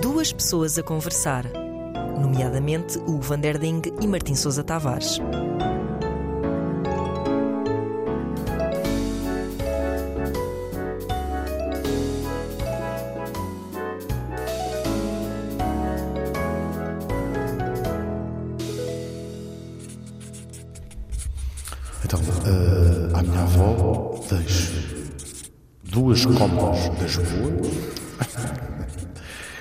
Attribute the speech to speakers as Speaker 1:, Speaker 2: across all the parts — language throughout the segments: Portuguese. Speaker 1: duas pessoas a conversar, nomeadamente Hugo van der Ding e Martim Sousa Tavares.
Speaker 2: Então, eh, à minha avó deixo duas copas de Lisboa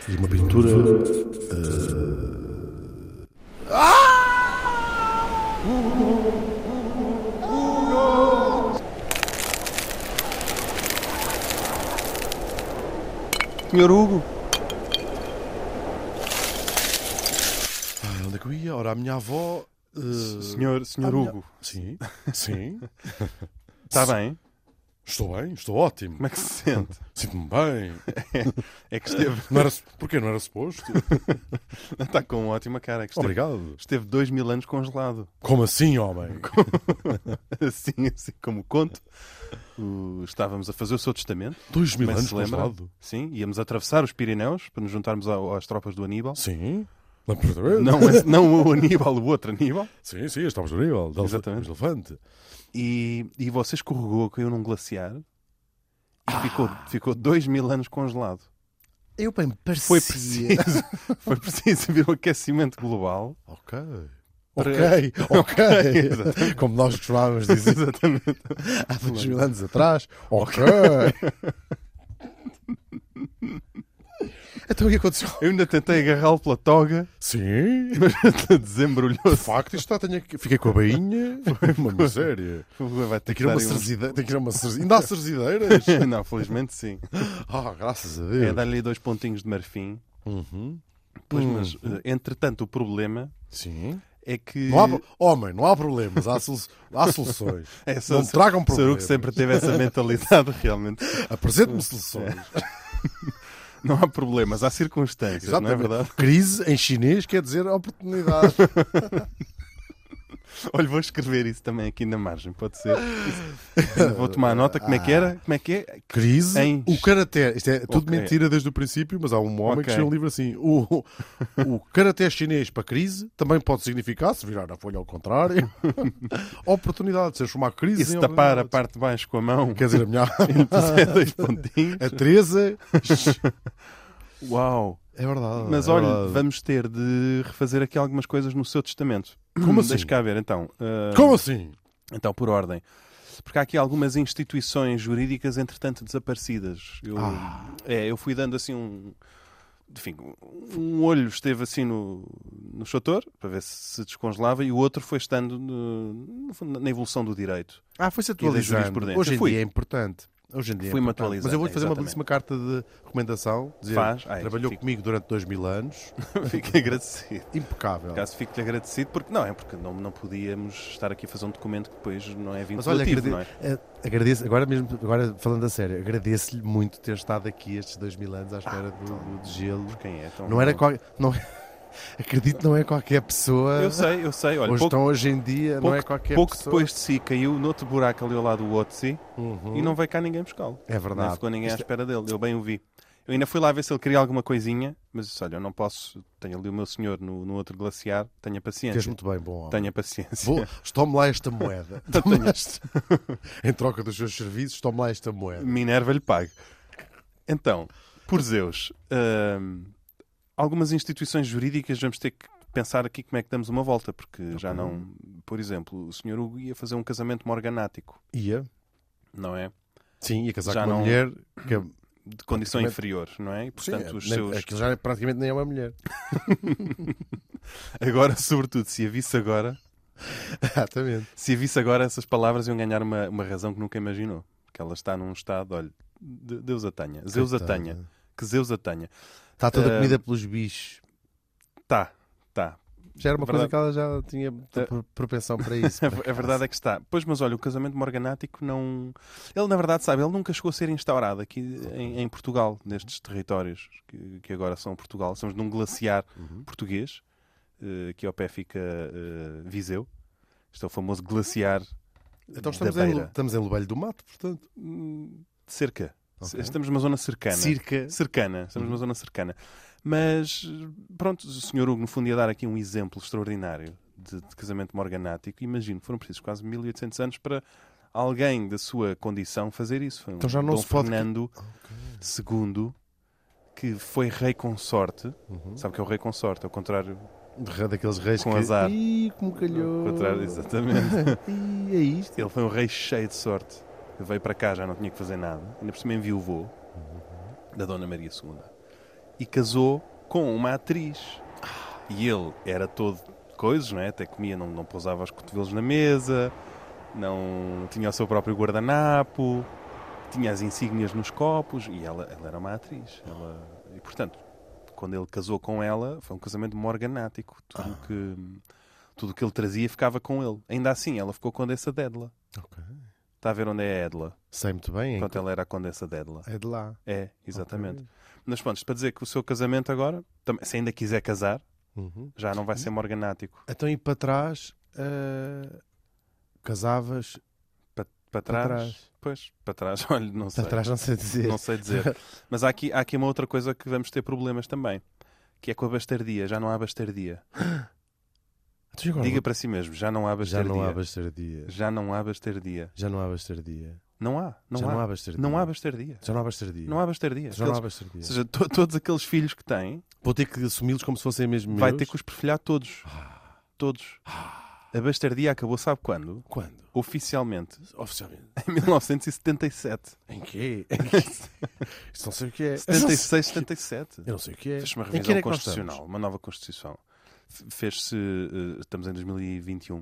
Speaker 2: e uma pintura. eh,
Speaker 3: Senhor Hugo,
Speaker 2: Ah, onde é que eu ia? Ora, a minha avó. eh,
Speaker 3: senhor, senhor
Speaker 2: à minha-
Speaker 3: Hugo,
Speaker 2: Sim, sim.
Speaker 3: está bem?
Speaker 2: Estou bem, estou ótimo.
Speaker 3: Como é que se sente?
Speaker 2: Sinto-me bem.
Speaker 3: É que esteve,
Speaker 2: Não era, su- porquê não era suposto?
Speaker 3: está com uma ótima cara, é que esteve,
Speaker 2: Obrigado.
Speaker 3: esteve dois mil anos congelado.
Speaker 2: Como assim, homem?
Speaker 3: Assim, assim como conto, o- estávamos a fazer o seu testamento,
Speaker 2: Dois mil
Speaker 3: bem se
Speaker 2: anos
Speaker 3: lembra.
Speaker 2: congelado.
Speaker 3: Sim, íamos atravessar os Pirineus para nos juntarmos ao- às tropas do Aníbal.
Speaker 2: Sim. Lembro outra vez?
Speaker 3: Não, esse- não o Aníbal, o outro Aníbal.
Speaker 2: Sim, sim, estávamos no nível. do
Speaker 3: Exatamente.
Speaker 2: do elefante.
Speaker 3: E, e você escorregou, caiu num glaciar e ficou,
Speaker 2: Ah.
Speaker 3: ficou dois mil anos congelado.
Speaker 2: Eu bem parecia.
Speaker 3: Foi preciso, foi preciso vir o aquecimento global
Speaker 2: Ok.
Speaker 3: Para-
Speaker 2: Ok, ok. Como nós costumávamos dizer
Speaker 3: Exatamente.
Speaker 2: há dois mil anos atrás. Ok. então o que aconteceu?
Speaker 3: Eu ainda tentei agarrá-lo pela toga,
Speaker 2: Sim.
Speaker 3: mas
Speaker 2: De
Speaker 3: desembrulhou-se.
Speaker 2: facto, isto está. Tenho... aqui- Fiquei com a bainha. Foi uma miséria.
Speaker 3: Vai ter
Speaker 2: Tem que
Speaker 3: que
Speaker 2: ir a
Speaker 3: dar
Speaker 2: uma
Speaker 3: aí um-
Speaker 2: cerzideira. Tem que ir a uma cerzideira. Ainda há cerzideiras?
Speaker 3: Não, felizmente sim.
Speaker 2: Ah, graças a
Speaker 3: É
Speaker 2: Deus.
Speaker 3: dar-lhe dois pontinhos de marfim.
Speaker 2: Uhum.
Speaker 3: Pois, mas eh, entretanto, o problema
Speaker 2: Sim.
Speaker 3: é que.
Speaker 2: Não há... pro- Homem, não há problemas. Há, solu... há soluções.
Speaker 3: É, só-
Speaker 2: Não um tragam
Speaker 3: o Saruco
Speaker 2: problemas.
Speaker 3: sempre teve essa mentalidade, realmente.
Speaker 2: Apresente-me soluções.
Speaker 3: Não há problemas, há circunstâncias, não é
Speaker 2: Exatamente.
Speaker 3: verdade?
Speaker 2: Crise em chinês quer dizer oportunidade.
Speaker 3: Olha, vou escrever isso também aqui na margem, pode ser? Isso. Vou tomar nota. Como é que era? Como é que é?
Speaker 2: Crise.
Speaker 3: Em-
Speaker 2: O caractere. Isto é tudo
Speaker 3: Ok.
Speaker 2: mentira desde o princípio, mas há um homem que
Speaker 3: Ok.
Speaker 2: escreveu um livro assim. O, o caractere chinês para crise também pode significar, se virar a folha ao contrário, oportunidade. Se eu chamar crise.
Speaker 3: E se
Speaker 2: em
Speaker 3: tapar a
Speaker 2: oportunidade.
Speaker 3: parte de baixo com a mão,
Speaker 2: Quer dizer, a minha.
Speaker 3: é dois pontinhos.
Speaker 2: a Teresa.
Speaker 3: Uau!
Speaker 2: É verdade.
Speaker 3: Ah, Mas
Speaker 2: é
Speaker 3: olha,
Speaker 2: verdade.
Speaker 3: vamos ter de refazer aqui algumas coisas no seu testamento.
Speaker 2: Como assim?
Speaker 3: Hum, Deixa cá ver, então. Ah,
Speaker 2: Como assim?
Speaker 3: Então, por ordem. Porque há aqui algumas instituições jurídicas, entretanto, desaparecidas. Eu, é, eu fui dando assim um. Enfim, um olho esteve assim no, no chutor, para ver se se descongelava, e o outro foi estando no- no fundo, na evolução do direito.
Speaker 2: Ah, foi-se
Speaker 3: atualizando.
Speaker 2: atualizando. Hoje em dia é importante. Hoje em dia
Speaker 3: Fui-me
Speaker 2: é importante.
Speaker 3: atualizando,
Speaker 2: Mas eu vou-lhe fazer
Speaker 3: exatamente.
Speaker 2: uma belíssima carta de recomendação. Dizer,
Speaker 3: Faz. Ai,
Speaker 2: trabalhou
Speaker 3: fico-
Speaker 2: comigo durante dois mil anos.
Speaker 3: Fico agradecido.
Speaker 2: Impecável.
Speaker 3: Caso fico-lhe agradecido, porque não, é porque não, não podíamos estar aqui a fazer um documento que depois não é
Speaker 2: Mas olha,
Speaker 3: vinculativo,
Speaker 2: agrade-
Speaker 3: não é?
Speaker 2: eh, agradeço, agora mesmo, agora falando a sério, agradeço-lhe muito ter estado aqui estes dois mil anos
Speaker 3: Ah,
Speaker 2: à espera do,
Speaker 3: então.
Speaker 2: do- de gelo.
Speaker 3: Quem é? Então,
Speaker 2: Não era qual, não, é, acredito que não é qualquer pessoa.
Speaker 3: Eu sei, eu sei. Olha,
Speaker 2: hoje,
Speaker 3: pouco,
Speaker 2: então, hoje em dia, não
Speaker 3: pouco-
Speaker 2: é qualquer
Speaker 3: pouco
Speaker 2: pessoa.
Speaker 3: depois de si caiu noutro buraco ali ao lado do outro de si
Speaker 2: Uhum.
Speaker 3: e não veio cá ninguém buscá-lo.
Speaker 2: É
Speaker 3: Não
Speaker 2: verdade.
Speaker 3: ficou ninguém à espera dele. Eu bem o vi. Eu ainda fui lá ver se ele queria alguma coisinha, mas disse, olha, eu não posso. Tenho ali o meu senhor no, no outro glaciar. Tenha paciência.
Speaker 2: Fez muito bem, bom homem.
Speaker 3: Tenha paciência.
Speaker 2: Vou- Tome lá esta moeda. Tome lá esta- em troca dos seus serviços, tome lá esta moeda.
Speaker 3: Minerva lhe pague. Então, por Zeus, hum, algumas instituições jurídicas vamos ter que pensar aqui como é que damos uma volta, porque já não. Por exemplo, o senhor Hugo ia fazer um casamento morganático,
Speaker 2: Ia.
Speaker 3: não é?
Speaker 2: Sim, ia casar
Speaker 3: Já
Speaker 2: com uma
Speaker 3: não-
Speaker 2: mulher que é-
Speaker 3: De condição
Speaker 2: Praticamente-
Speaker 3: inferior, não é? E, portanto,
Speaker 2: Sim,
Speaker 3: os
Speaker 2: nem-
Speaker 3: seus.
Speaker 2: aquilo já praticamente nem é uma mulher.
Speaker 3: Agora, sobretudo, se a visse agora,
Speaker 2: Exatamente.
Speaker 3: se a visse agora, essas palavras iam ganhar uma, uma razão que nunca imaginou. Porque ela está num estado, olha, de- Deus a tenha, Zeus a
Speaker 2: Coitada.
Speaker 3: tenha, que Zeus a tenha.
Speaker 2: Está toda
Speaker 3: Ah,
Speaker 2: comida pelos bichos.
Speaker 3: Tá, tá,
Speaker 2: Já era uma
Speaker 3: verdade. É.
Speaker 2: coisa que ela já tinha pro- propensão para isso.
Speaker 3: A, a verdade é que está. Pois, mas olha, o casamento morganático não. Ele, na verdade, sabe, ele nunca chegou a ser instaurado aqui em, em Portugal, nestes territórios que, que agora são Portugal. Estamos num glaciar
Speaker 2: Uhum.
Speaker 3: português, eh, que ao pé fica eh, Viseu. Este é o famoso glaciar
Speaker 2: Então
Speaker 3: da
Speaker 2: estamos em,
Speaker 3: beira.
Speaker 2: estamos em Lobelho do Mato, portanto.
Speaker 3: Hum, cerca.
Speaker 2: Ok. Uhum.
Speaker 3: Estamos numa zona cercana.
Speaker 2: Circa.
Speaker 3: Cercana, estamos numa zona cercana. Mas pronto, o senhor Hugo, no fundo, ia dar aqui um exemplo extraordinário de, de casamento morganático. Imagino que foram precisos quase 1800 anos para alguém da sua condição fazer isso. Foi um
Speaker 2: Então já não
Speaker 3: Dom
Speaker 2: se pode-
Speaker 3: Fernando II, que foi rei consorte.
Speaker 2: Uhum.
Speaker 3: Sabe o que é o rei consorte, ao contrário.
Speaker 2: De- Daqueles reis
Speaker 3: Com
Speaker 2: que...
Speaker 3: azar.
Speaker 2: Ih, como calhou.
Speaker 3: Ao contrário, exatamente.
Speaker 2: Ih, é isto.
Speaker 3: Ele foi um rei cheio de sorte. Veio para cá, já não tinha que fazer nada. Ainda por cima enviou da Dona Maria II. E casou com uma atriz. E ele era todo coisas, não é? Até comia, não, não pousava os cotovelos na mesa, não tinha o seu próprio guardanapo, tinha as insígnias nos copos. E ela, ela era uma atriz. Ela- E portanto, quando ele casou com ela, foi um casamento morganático. Tudo o que tudo o que ele trazia ficava com ele. Ainda assim, ela ficou condessa Dédla.
Speaker 2: Ok.
Speaker 3: Está a ver onde é a Edla?
Speaker 2: Sei muito bem. hein?
Speaker 3: Pronto, ela era a condessa Dédla.
Speaker 2: É de lá.
Speaker 3: É, exatamente. Mas pronto, isto para dizer que o seu casamento agora, tam- se ainda quiser casar,
Speaker 2: Uhum.
Speaker 3: já não vai ser morganático.
Speaker 2: Então, e para trás, ah, casavas
Speaker 3: Para
Speaker 2: para
Speaker 3: trás,
Speaker 2: trás.
Speaker 3: pois, para trás, olha, não sei.
Speaker 2: Para trás, não sei dizer.
Speaker 3: Não sei dizer. Mas há aqui, há aqui uma outra coisa que vamos ter problemas também, que é com a bastardia. Já não há bastardia.
Speaker 2: Então, e agora?
Speaker 3: Diga para si mesmo, já não há
Speaker 2: já
Speaker 3: bastardia.
Speaker 2: não há bastardia.
Speaker 3: Já não há bastardia.
Speaker 2: Já não há bastardia.
Speaker 3: Não há, não
Speaker 2: já
Speaker 3: há.
Speaker 2: não há bastardia.
Speaker 3: Não há bastardia.
Speaker 2: Já não há bastardia.
Speaker 3: Não há bastardia.
Speaker 2: Já não há bastardia.
Speaker 3: Ou seja, to- todos aqueles filhos que têm,
Speaker 2: Vou ter que assumi-los como se fossem mesmo meus.
Speaker 3: vai ter que os perfilhar todos. Todos. A bastardia acabou, sabe quando?
Speaker 2: Quando?
Speaker 3: Oficialmente,
Speaker 2: Oficialmente.
Speaker 3: em 1977.
Speaker 2: Em quê? Em quê? Isto não sei o que é.
Speaker 3: 76, 77.
Speaker 2: Eu não sei o que é.
Speaker 3: Fez-se
Speaker 2: Em
Speaker 3: uma
Speaker 2: que
Speaker 3: revisão
Speaker 2: era que nós
Speaker 3: um constitucional, uma nova Constituição. F- Fez-se, eh, estamos em 2021,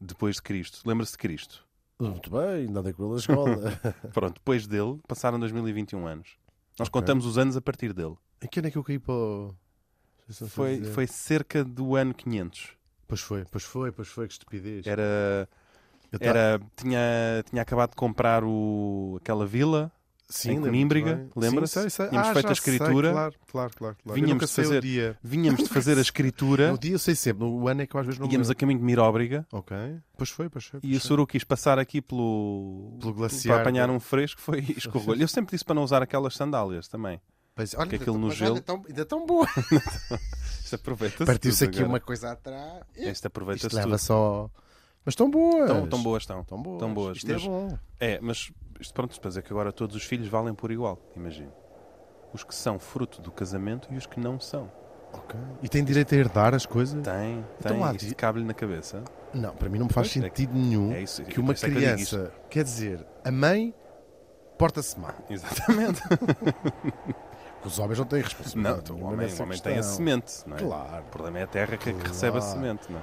Speaker 3: depois de Cristo. Lembra-se de Cristo?
Speaker 2: estamos? Muito bem, nada com ele na escola.
Speaker 3: Pronto, depois dele, passaram 2021 anos. Nós
Speaker 2: Ok.
Speaker 3: contamos os anos a partir dele.
Speaker 2: em que ano é que eu caí para o... Isso não sei
Speaker 3: Foi,
Speaker 2: dizer.
Speaker 3: foi cerca do ano 500.
Speaker 2: Pois foi, pois foi, pois foi, que estupidez.
Speaker 3: Era
Speaker 2: Eu ta-
Speaker 3: É, Era, tinha, tinha acabado de comprar o, aquela vila, em
Speaker 2: lembro-me
Speaker 3: Conímbriga,
Speaker 2: bem.
Speaker 3: lembra-se?
Speaker 2: Sim, sei, sei.
Speaker 3: Tínhamos
Speaker 2: Ah,
Speaker 3: feito
Speaker 2: já
Speaker 3: a escritura.
Speaker 2: sei, claro, claro, claro. claro.
Speaker 3: Vínhamos
Speaker 2: Eu nunca
Speaker 3: de
Speaker 2: sei
Speaker 3: fazer-
Speaker 2: o dia.
Speaker 3: vínhamos de fazer a escritura,
Speaker 2: O dia eu um sei sempre, o ano é que às vezes não me
Speaker 3: íamos a
Speaker 2: lembro.
Speaker 3: caminho de Miróbriga
Speaker 2: Ok, pois foi, pois foi.
Speaker 3: e o
Speaker 2: pois
Speaker 3: Suru quis passar aqui pelo,
Speaker 2: Pelo glaciar,
Speaker 3: para apanhar
Speaker 2: né?
Speaker 3: um fresco, foi e escorregou-lhe. Eu sempre disse para não usar aquelas sandálias também.
Speaker 2: Pois, olha,
Speaker 3: Porque
Speaker 2: ainda
Speaker 3: aquilo
Speaker 2: tão-
Speaker 3: no
Speaker 2: mas
Speaker 3: gelo-
Speaker 2: Olha, tão, ainda tão boa.
Speaker 3: Isto aproveita-se.
Speaker 2: Partiu-se
Speaker 3: tudo
Speaker 2: aqui
Speaker 3: agora.
Speaker 2: uma coisa atrás.
Speaker 3: Isto aproveita-se
Speaker 2: Isto
Speaker 3: tudo.
Speaker 2: leva só. Mas tão boas.
Speaker 3: Tão, tão boas estão.
Speaker 2: Tão boas.
Speaker 3: Tão boas,
Speaker 2: Isto
Speaker 3: mas-
Speaker 2: é bom.
Speaker 3: É, mas isto pronto, para dizer que agora todos os filhos valem por igual, imagino. Os que são fruto do casamento e os que não são.
Speaker 2: Ok. E tem direito a herdar as coisas?
Speaker 3: Tem,
Speaker 2: Então
Speaker 3: tem,
Speaker 2: há
Speaker 3: isto
Speaker 2: de-
Speaker 3: cabe-lhe na cabeça.
Speaker 2: Não, para mim não me faz
Speaker 3: Pois, é
Speaker 2: sentido nenhum
Speaker 3: É isso.
Speaker 2: que uma
Speaker 3: por isso é eu digo isto.
Speaker 2: criança. Quer dizer, a mãe porta-se mal.
Speaker 3: Exatamente.
Speaker 2: Os homens não têm
Speaker 3: Não,
Speaker 2: responsabilidade.
Speaker 3: então, o
Speaker 2: nenhuma
Speaker 3: homem,
Speaker 2: nessa
Speaker 3: o homem tem a
Speaker 2: questão.
Speaker 3: semente, não é?
Speaker 2: Claro.
Speaker 3: O problema é a terra que, que recebe a
Speaker 2: Claro.
Speaker 3: semente, não é?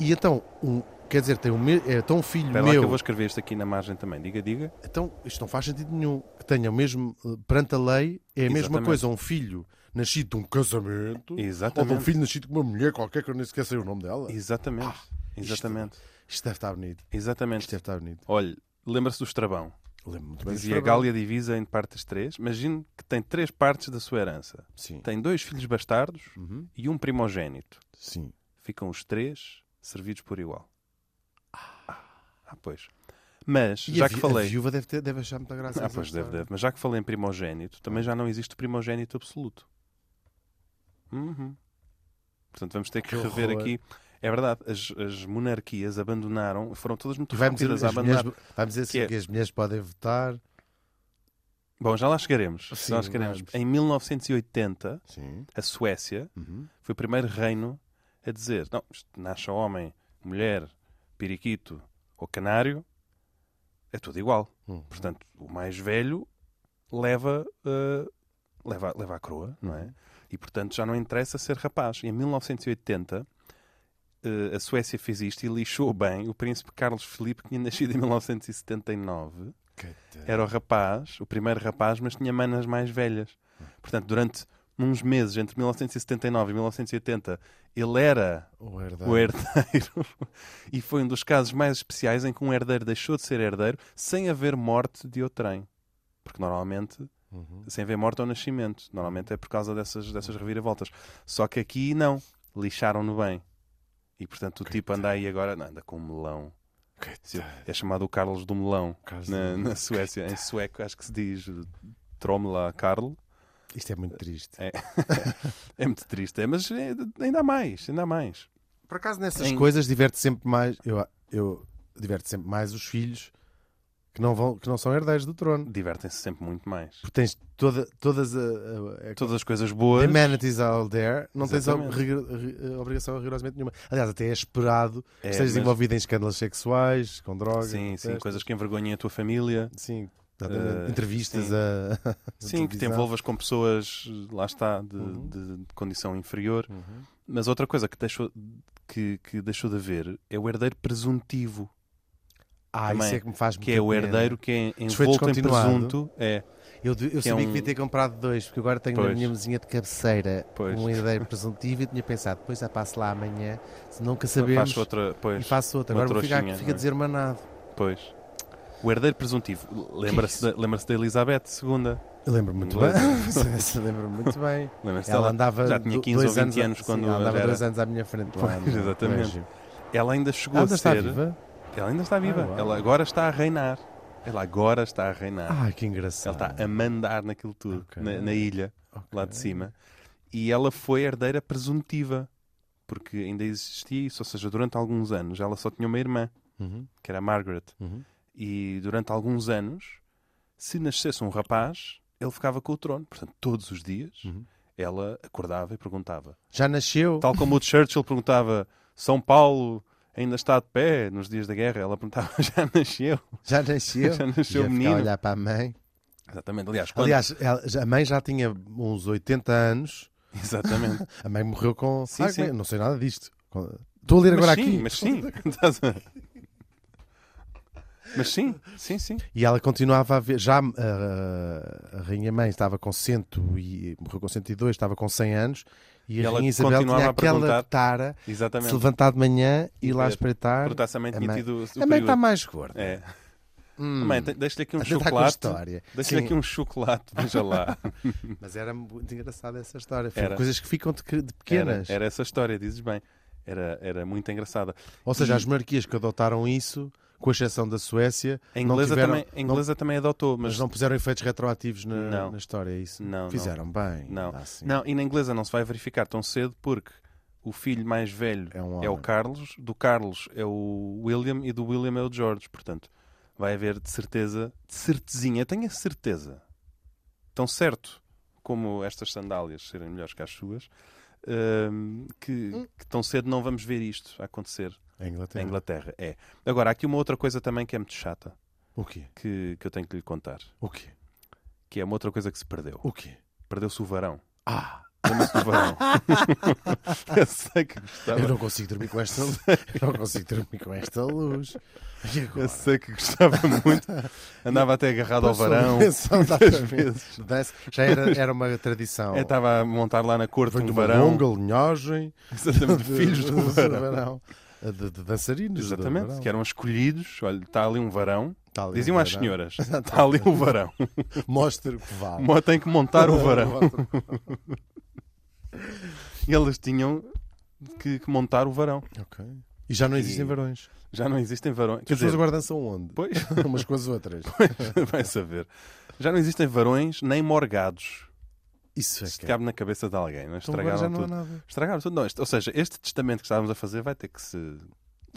Speaker 2: E então, um- quer dizer, tem um, me- é tão filho
Speaker 3: Espera lá que
Speaker 2: meu.
Speaker 3: eu vou escrever isto aqui na margem também. Diga, diga.
Speaker 2: Então, isto não faz sentido nenhum. Que tenha o mesmo. eh, Perante a lei, é a mesma
Speaker 3: Exatamente.
Speaker 2: coisa. Um filho nascido de um casamento. Ou de um
Speaker 3: Exatamente.
Speaker 2: filho nascido de uma mulher qualquer que eu nem sequer sei o nome dela.
Speaker 3: Exatamente.
Speaker 2: isto-
Speaker 3: Exatamente.
Speaker 2: Isto deve estar bonito.
Speaker 3: Ah, é- Exatamente.
Speaker 2: Isto deve estar bonito.
Speaker 3: Olha, lembra-se do Estrabão.
Speaker 2: Lembro muito bem. do
Speaker 3: Dizia a
Speaker 2: Estrabão.
Speaker 3: Gália divisa em partes três. Imagino que tem três partes da sua herança.
Speaker 2: Sim.
Speaker 3: Tem dois filhos bastardos
Speaker 2: Uhum.
Speaker 3: e um primogênito.
Speaker 2: Sim.
Speaker 3: Ficam os três servidos por igual. Ah, pois. Mas,
Speaker 2: E
Speaker 3: já
Speaker 2: a
Speaker 3: que
Speaker 2: vi-
Speaker 3: falei...
Speaker 2: A viúva deve, ter- deve achar muita graça.
Speaker 3: Ah,
Speaker 2: essa
Speaker 3: pois deve,
Speaker 2: história.
Speaker 3: deve. Mas já que falei em primogénito,
Speaker 2: Ah.
Speaker 3: também já não existe o primogénito absoluto. Uhum. Portanto, vamos ter que,
Speaker 2: Que
Speaker 3: rever
Speaker 2: horror.
Speaker 3: aqui. É verdade, as, as monarquias abandonaram, foram todas muito
Speaker 2: E vai-me dizer,
Speaker 3: rápidas a
Speaker 2: as
Speaker 3: abandonar.
Speaker 2: mulheres, vai dizer assim,
Speaker 3: Que é-
Speaker 2: que as mulheres podem votar.
Speaker 3: Bom, já lá chegaremos.
Speaker 2: Sim,
Speaker 3: já lá chegaremos.
Speaker 2: vamos.
Speaker 3: Em 1980,
Speaker 2: Sim.
Speaker 3: a Suécia
Speaker 2: Uhum.
Speaker 3: foi o primeiro reino a dizer: não, isto nasce homem, mulher, periquito ou canário, é tudo igual.
Speaker 2: Hum.
Speaker 3: Portanto, o mais velho leva, eh, leva, leva a coroa, não é? E portanto já não interessa ser rapaz. E em 1980. eh, a Suécia fez isto e lixou bem o príncipe Carlos Filipe, que tinha nascido em 1979,
Speaker 2: É
Speaker 3: era o rapaz, o primeiro rapaz, mas tinha manas mais velhas. Portanto, durante uns meses, entre 1979 e 1980, ele era
Speaker 2: O
Speaker 3: o
Speaker 2: herdeiro.
Speaker 3: herdeiro. E foi um dos casos mais especiais em que um herdeiro deixou de ser herdeiro sem haver morte de outrem. Porque normalmente,
Speaker 2: Uhum.
Speaker 3: sem haver morte ao nascimento, normalmente é por causa dessas, dessas reviravoltas. Só que aqui não, lixaram-no bem. E portanto o tipo anda aí agora, não, anda com um melão. É chamado o Carlos do Melão
Speaker 2: Carlos
Speaker 3: na,
Speaker 2: do
Speaker 3: na Suécia. Em sueco acho que se diz Tromla Karl.
Speaker 2: Isto é muito triste.
Speaker 3: É, é muito triste, é, mas é- ainda há mais, ainda há mais.
Speaker 2: Por acaso, nessas
Speaker 3: Em-
Speaker 2: coisas, diverte sempre mais. Eu, eu diverto sempre mais os filhos que não, vão, que não são herdeiros do trono.
Speaker 3: Divertem-se sempre muito mais.
Speaker 2: Porque tens toda, todas a, a- a-
Speaker 3: Todas as coisas boas.
Speaker 2: amenities all there, não tens ob-
Speaker 3: Exatamente.
Speaker 2: rigor- ri- obrigação rigorosamente nenhuma. Aliás, até é esperado que
Speaker 3: É,
Speaker 2: estejas
Speaker 3: mas-
Speaker 2: envolvido em escândalos sexuais, com drogas.
Speaker 3: Sim, sim,
Speaker 2: testes.
Speaker 3: coisas que envergonhem a tua família.
Speaker 2: Sim, exatamente.
Speaker 3: Eh,
Speaker 2: entrevistas
Speaker 3: sim.
Speaker 2: a. à
Speaker 3: Sim, que te
Speaker 2: televisão.
Speaker 3: envolvas com pessoas, lá está, de, de-
Speaker 2: Uhum.
Speaker 3: de condição inferior. Mas outra coisa que deixou, que, que deixou de haver é o herdeiro presuntivo,
Speaker 2: Ah, isso
Speaker 3: Também,
Speaker 2: é que me faz
Speaker 3: que é o
Speaker 2: muita pena.
Speaker 3: herdeiro que é
Speaker 2: Isso foi
Speaker 3: envolto em
Speaker 2: descontinuado.
Speaker 3: presunto. É,
Speaker 2: Eu, de- eu
Speaker 3: que é
Speaker 2: sabia que
Speaker 3: um-
Speaker 2: devia ter comprado dois, porque agora tenho na
Speaker 3: Pois.
Speaker 2: minha mesinha de cabeceira
Speaker 3: Pois.
Speaker 2: um herdeiro presuntivo e tinha pensado, depois já passo lá amanhã, se nunca sabemos,
Speaker 3: faz outra.
Speaker 2: e
Speaker 3: Pois,
Speaker 2: faço outra.
Speaker 3: uma
Speaker 2: Agora vou ficar aqui,
Speaker 3: trouxinha,
Speaker 2: fica
Speaker 3: não é?
Speaker 2: desarmanado.
Speaker 3: pois. O herdeiro presuntivo. Lembra-se da, lembra da Elizabeth II.
Speaker 2: Eu lembro muito bem.
Speaker 3: Beleza.
Speaker 2: Eu lembro-me muito bem.
Speaker 3: Lembra-se
Speaker 2: Ela
Speaker 3: dela?
Speaker 2: andava
Speaker 3: já tinha
Speaker 2: do-
Speaker 3: 15 ou
Speaker 2: dois
Speaker 3: 20
Speaker 2: a-
Speaker 3: anos
Speaker 2: sim,
Speaker 3: quando
Speaker 2: ela andava
Speaker 3: era-
Speaker 2: dois anos à minha frente lá.
Speaker 3: Pois,
Speaker 2: no-
Speaker 3: exatamente.
Speaker 2: no Egito.
Speaker 3: Ela ainda
Speaker 2: Ah,
Speaker 3: chegou
Speaker 2: ainda
Speaker 3: a
Speaker 2: está
Speaker 3: ser.
Speaker 2: viva?
Speaker 3: Ela ainda está viva.
Speaker 2: Ah, uau.
Speaker 3: ela agora está a reinar. Ela agora está a reinar.
Speaker 2: Ai, que engraçado.
Speaker 3: Ah. Ela tá- está a mandar naquilo tudo,
Speaker 2: Ah, Ok.
Speaker 3: na, na ilha, lá
Speaker 2: Ah.
Speaker 3: de cima. E ela foi herdeira presuntiva, porque ainda existia isso. Ou seja, durante alguns anos ela só tinha uma irmã,
Speaker 2: Uhum,
Speaker 3: que era a Margaret.
Speaker 2: uhum.
Speaker 3: E durante alguns anos, se nascesse um rapaz, ele ficava com o trono. Portanto, todos os dias,
Speaker 2: Uhum.
Speaker 3: ela acordava e perguntava.
Speaker 2: Já nasceu?
Speaker 3: Tal como o Churchill perguntava: São Paulo ainda está de pé nos dias da guerra? Ela perguntava: Já nasceu?
Speaker 2: Já nasceu?
Speaker 3: Já
Speaker 2: E eu
Speaker 3: nasceu o
Speaker 2: ficava
Speaker 3: menino?
Speaker 2: a olhar para a mãe.
Speaker 3: Exatamente. Aliás, quando...
Speaker 2: Aliás, ela- já- a mãe já tinha uns 80 anos.
Speaker 3: Exatamente.
Speaker 2: A mãe morreu com.
Speaker 3: Sim,
Speaker 2: Ah, como é?
Speaker 3: sim.
Speaker 2: Não sei nada disto. Com- Estou a ler agora
Speaker 3: mas
Speaker 2: aqui.
Speaker 3: sim, Mas sim, Estás a- mas sim, sim, sim.
Speaker 2: E ela continuava a ver. Já ah, a Rainha Mãe estava com 100 e. morreu com 102, estava com 100 anos. E,
Speaker 3: E
Speaker 2: a
Speaker 3: ela
Speaker 2: Rainha Isabel
Speaker 3: continuava
Speaker 2: tinha
Speaker 3: a
Speaker 2: aquela
Speaker 3: perguntar.
Speaker 2: tara de se
Speaker 3: Exatamente.
Speaker 2: levantar de manhã e
Speaker 3: E
Speaker 2: ir lá
Speaker 3: ver.
Speaker 2: espreitar.
Speaker 3: Perguntar se a mãe
Speaker 2: A
Speaker 3: tinha
Speaker 2: mãe-
Speaker 3: tido o
Speaker 2: A mãe
Speaker 3: período.
Speaker 2: está mais gorda.
Speaker 3: É.
Speaker 2: Hum,
Speaker 3: Mãe, te- deixa-lhe aqui um
Speaker 2: até está com a
Speaker 3: chocolate.
Speaker 2: história.
Speaker 3: Deixa-lhe
Speaker 2: Sim.
Speaker 3: aqui um chocolate, veja lá.
Speaker 2: Mas era muito engraçada essa história. Foi
Speaker 3: É. Era.
Speaker 2: Coisas que ficam de, de
Speaker 3: Era,
Speaker 2: pequenas.
Speaker 3: era essa história, dizes bem. Era, era muito engraçada.
Speaker 2: Ou seja,
Speaker 3: E-
Speaker 2: as monarquias que adotaram isso, com exceção da Suécia,
Speaker 3: A
Speaker 2: não
Speaker 3: inglesa,
Speaker 2: tiveram.
Speaker 3: também, a inglesa também adotou, mas,
Speaker 2: Mas não puseram efeitos retroativos na,
Speaker 3: Não.
Speaker 2: na história, é isso?
Speaker 3: Não, não.
Speaker 2: Fizeram bem.
Speaker 3: Não.
Speaker 2: dá assim.
Speaker 3: não, e na inglesa não se vai verificar tão cedo porque o filho mais velho
Speaker 2: É um
Speaker 3: é o
Speaker 2: homem.
Speaker 3: Carlos, do Carlos é o William e do William é o George. Portanto, vai haver de certeza, de certezinha, tenho a certeza, tão certo como estas sandálias serem melhores que as suas, hum, que, que tão cedo não vamos ver isto a acontecer
Speaker 2: A Inglaterra.
Speaker 3: na Inglaterra. É. Agora, há aqui uma outra coisa também que é muito chata
Speaker 2: O quê?
Speaker 3: que, que eu tenho que lhe contar,
Speaker 2: O quê?
Speaker 3: que é uma outra coisa que se perdeu.
Speaker 2: O quê?
Speaker 3: Perdeu-se o varão.
Speaker 2: Ah,
Speaker 3: Chama-se o varão. eu sei que gostava.
Speaker 2: eu não consigo dormir com esta luz. Eu não consigo dormir com esta luz. E agora?
Speaker 3: Eu sei que gostava muito. Andava até agarrado ao
Speaker 2: Passou
Speaker 3: varão.
Speaker 2: a pensão da
Speaker 3: muitas
Speaker 2: outra vez. Dança- Já era, era uma tradição.
Speaker 3: Eu Estava a montar lá na corte
Speaker 2: Veio
Speaker 3: um
Speaker 2: de uma
Speaker 3: varão.
Speaker 2: longa linhagem
Speaker 3: Exatamente,
Speaker 2: de-
Speaker 3: filhos do
Speaker 2: de-
Speaker 3: varão.
Speaker 2: De, de dançarinos. do
Speaker 3: Exatamente,
Speaker 2: varão.
Speaker 3: que eram escolhidos. Olha, está ali um varão.
Speaker 2: Tá ali
Speaker 3: Diziam
Speaker 2: um
Speaker 3: às
Speaker 2: varão.
Speaker 3: senhoras: está ali o varão.
Speaker 2: Mostre que vá.
Speaker 3: Mó tem que montar o varão. E elas tinham que, que montar o varão.
Speaker 2: Ok. E já não existem
Speaker 3: E-
Speaker 2: varões.
Speaker 3: Já não existem varões. Quer
Speaker 2: As pessoas
Speaker 3: dizer,
Speaker 2: agora dançam onde?
Speaker 3: pois,
Speaker 2: Umas com as outras.
Speaker 3: vai saber. Já não existem varões nem morgados.
Speaker 2: Isso é
Speaker 3: Isto
Speaker 2: que é.
Speaker 3: cabe na cabeça de alguém, não é?
Speaker 2: Então agora já
Speaker 3: estragaram
Speaker 2: não há
Speaker 3: tudo.
Speaker 2: nada.
Speaker 3: Estragaram tudo. Não, isto- ou seja, este testamento que estávamos a fazer vai ter que se.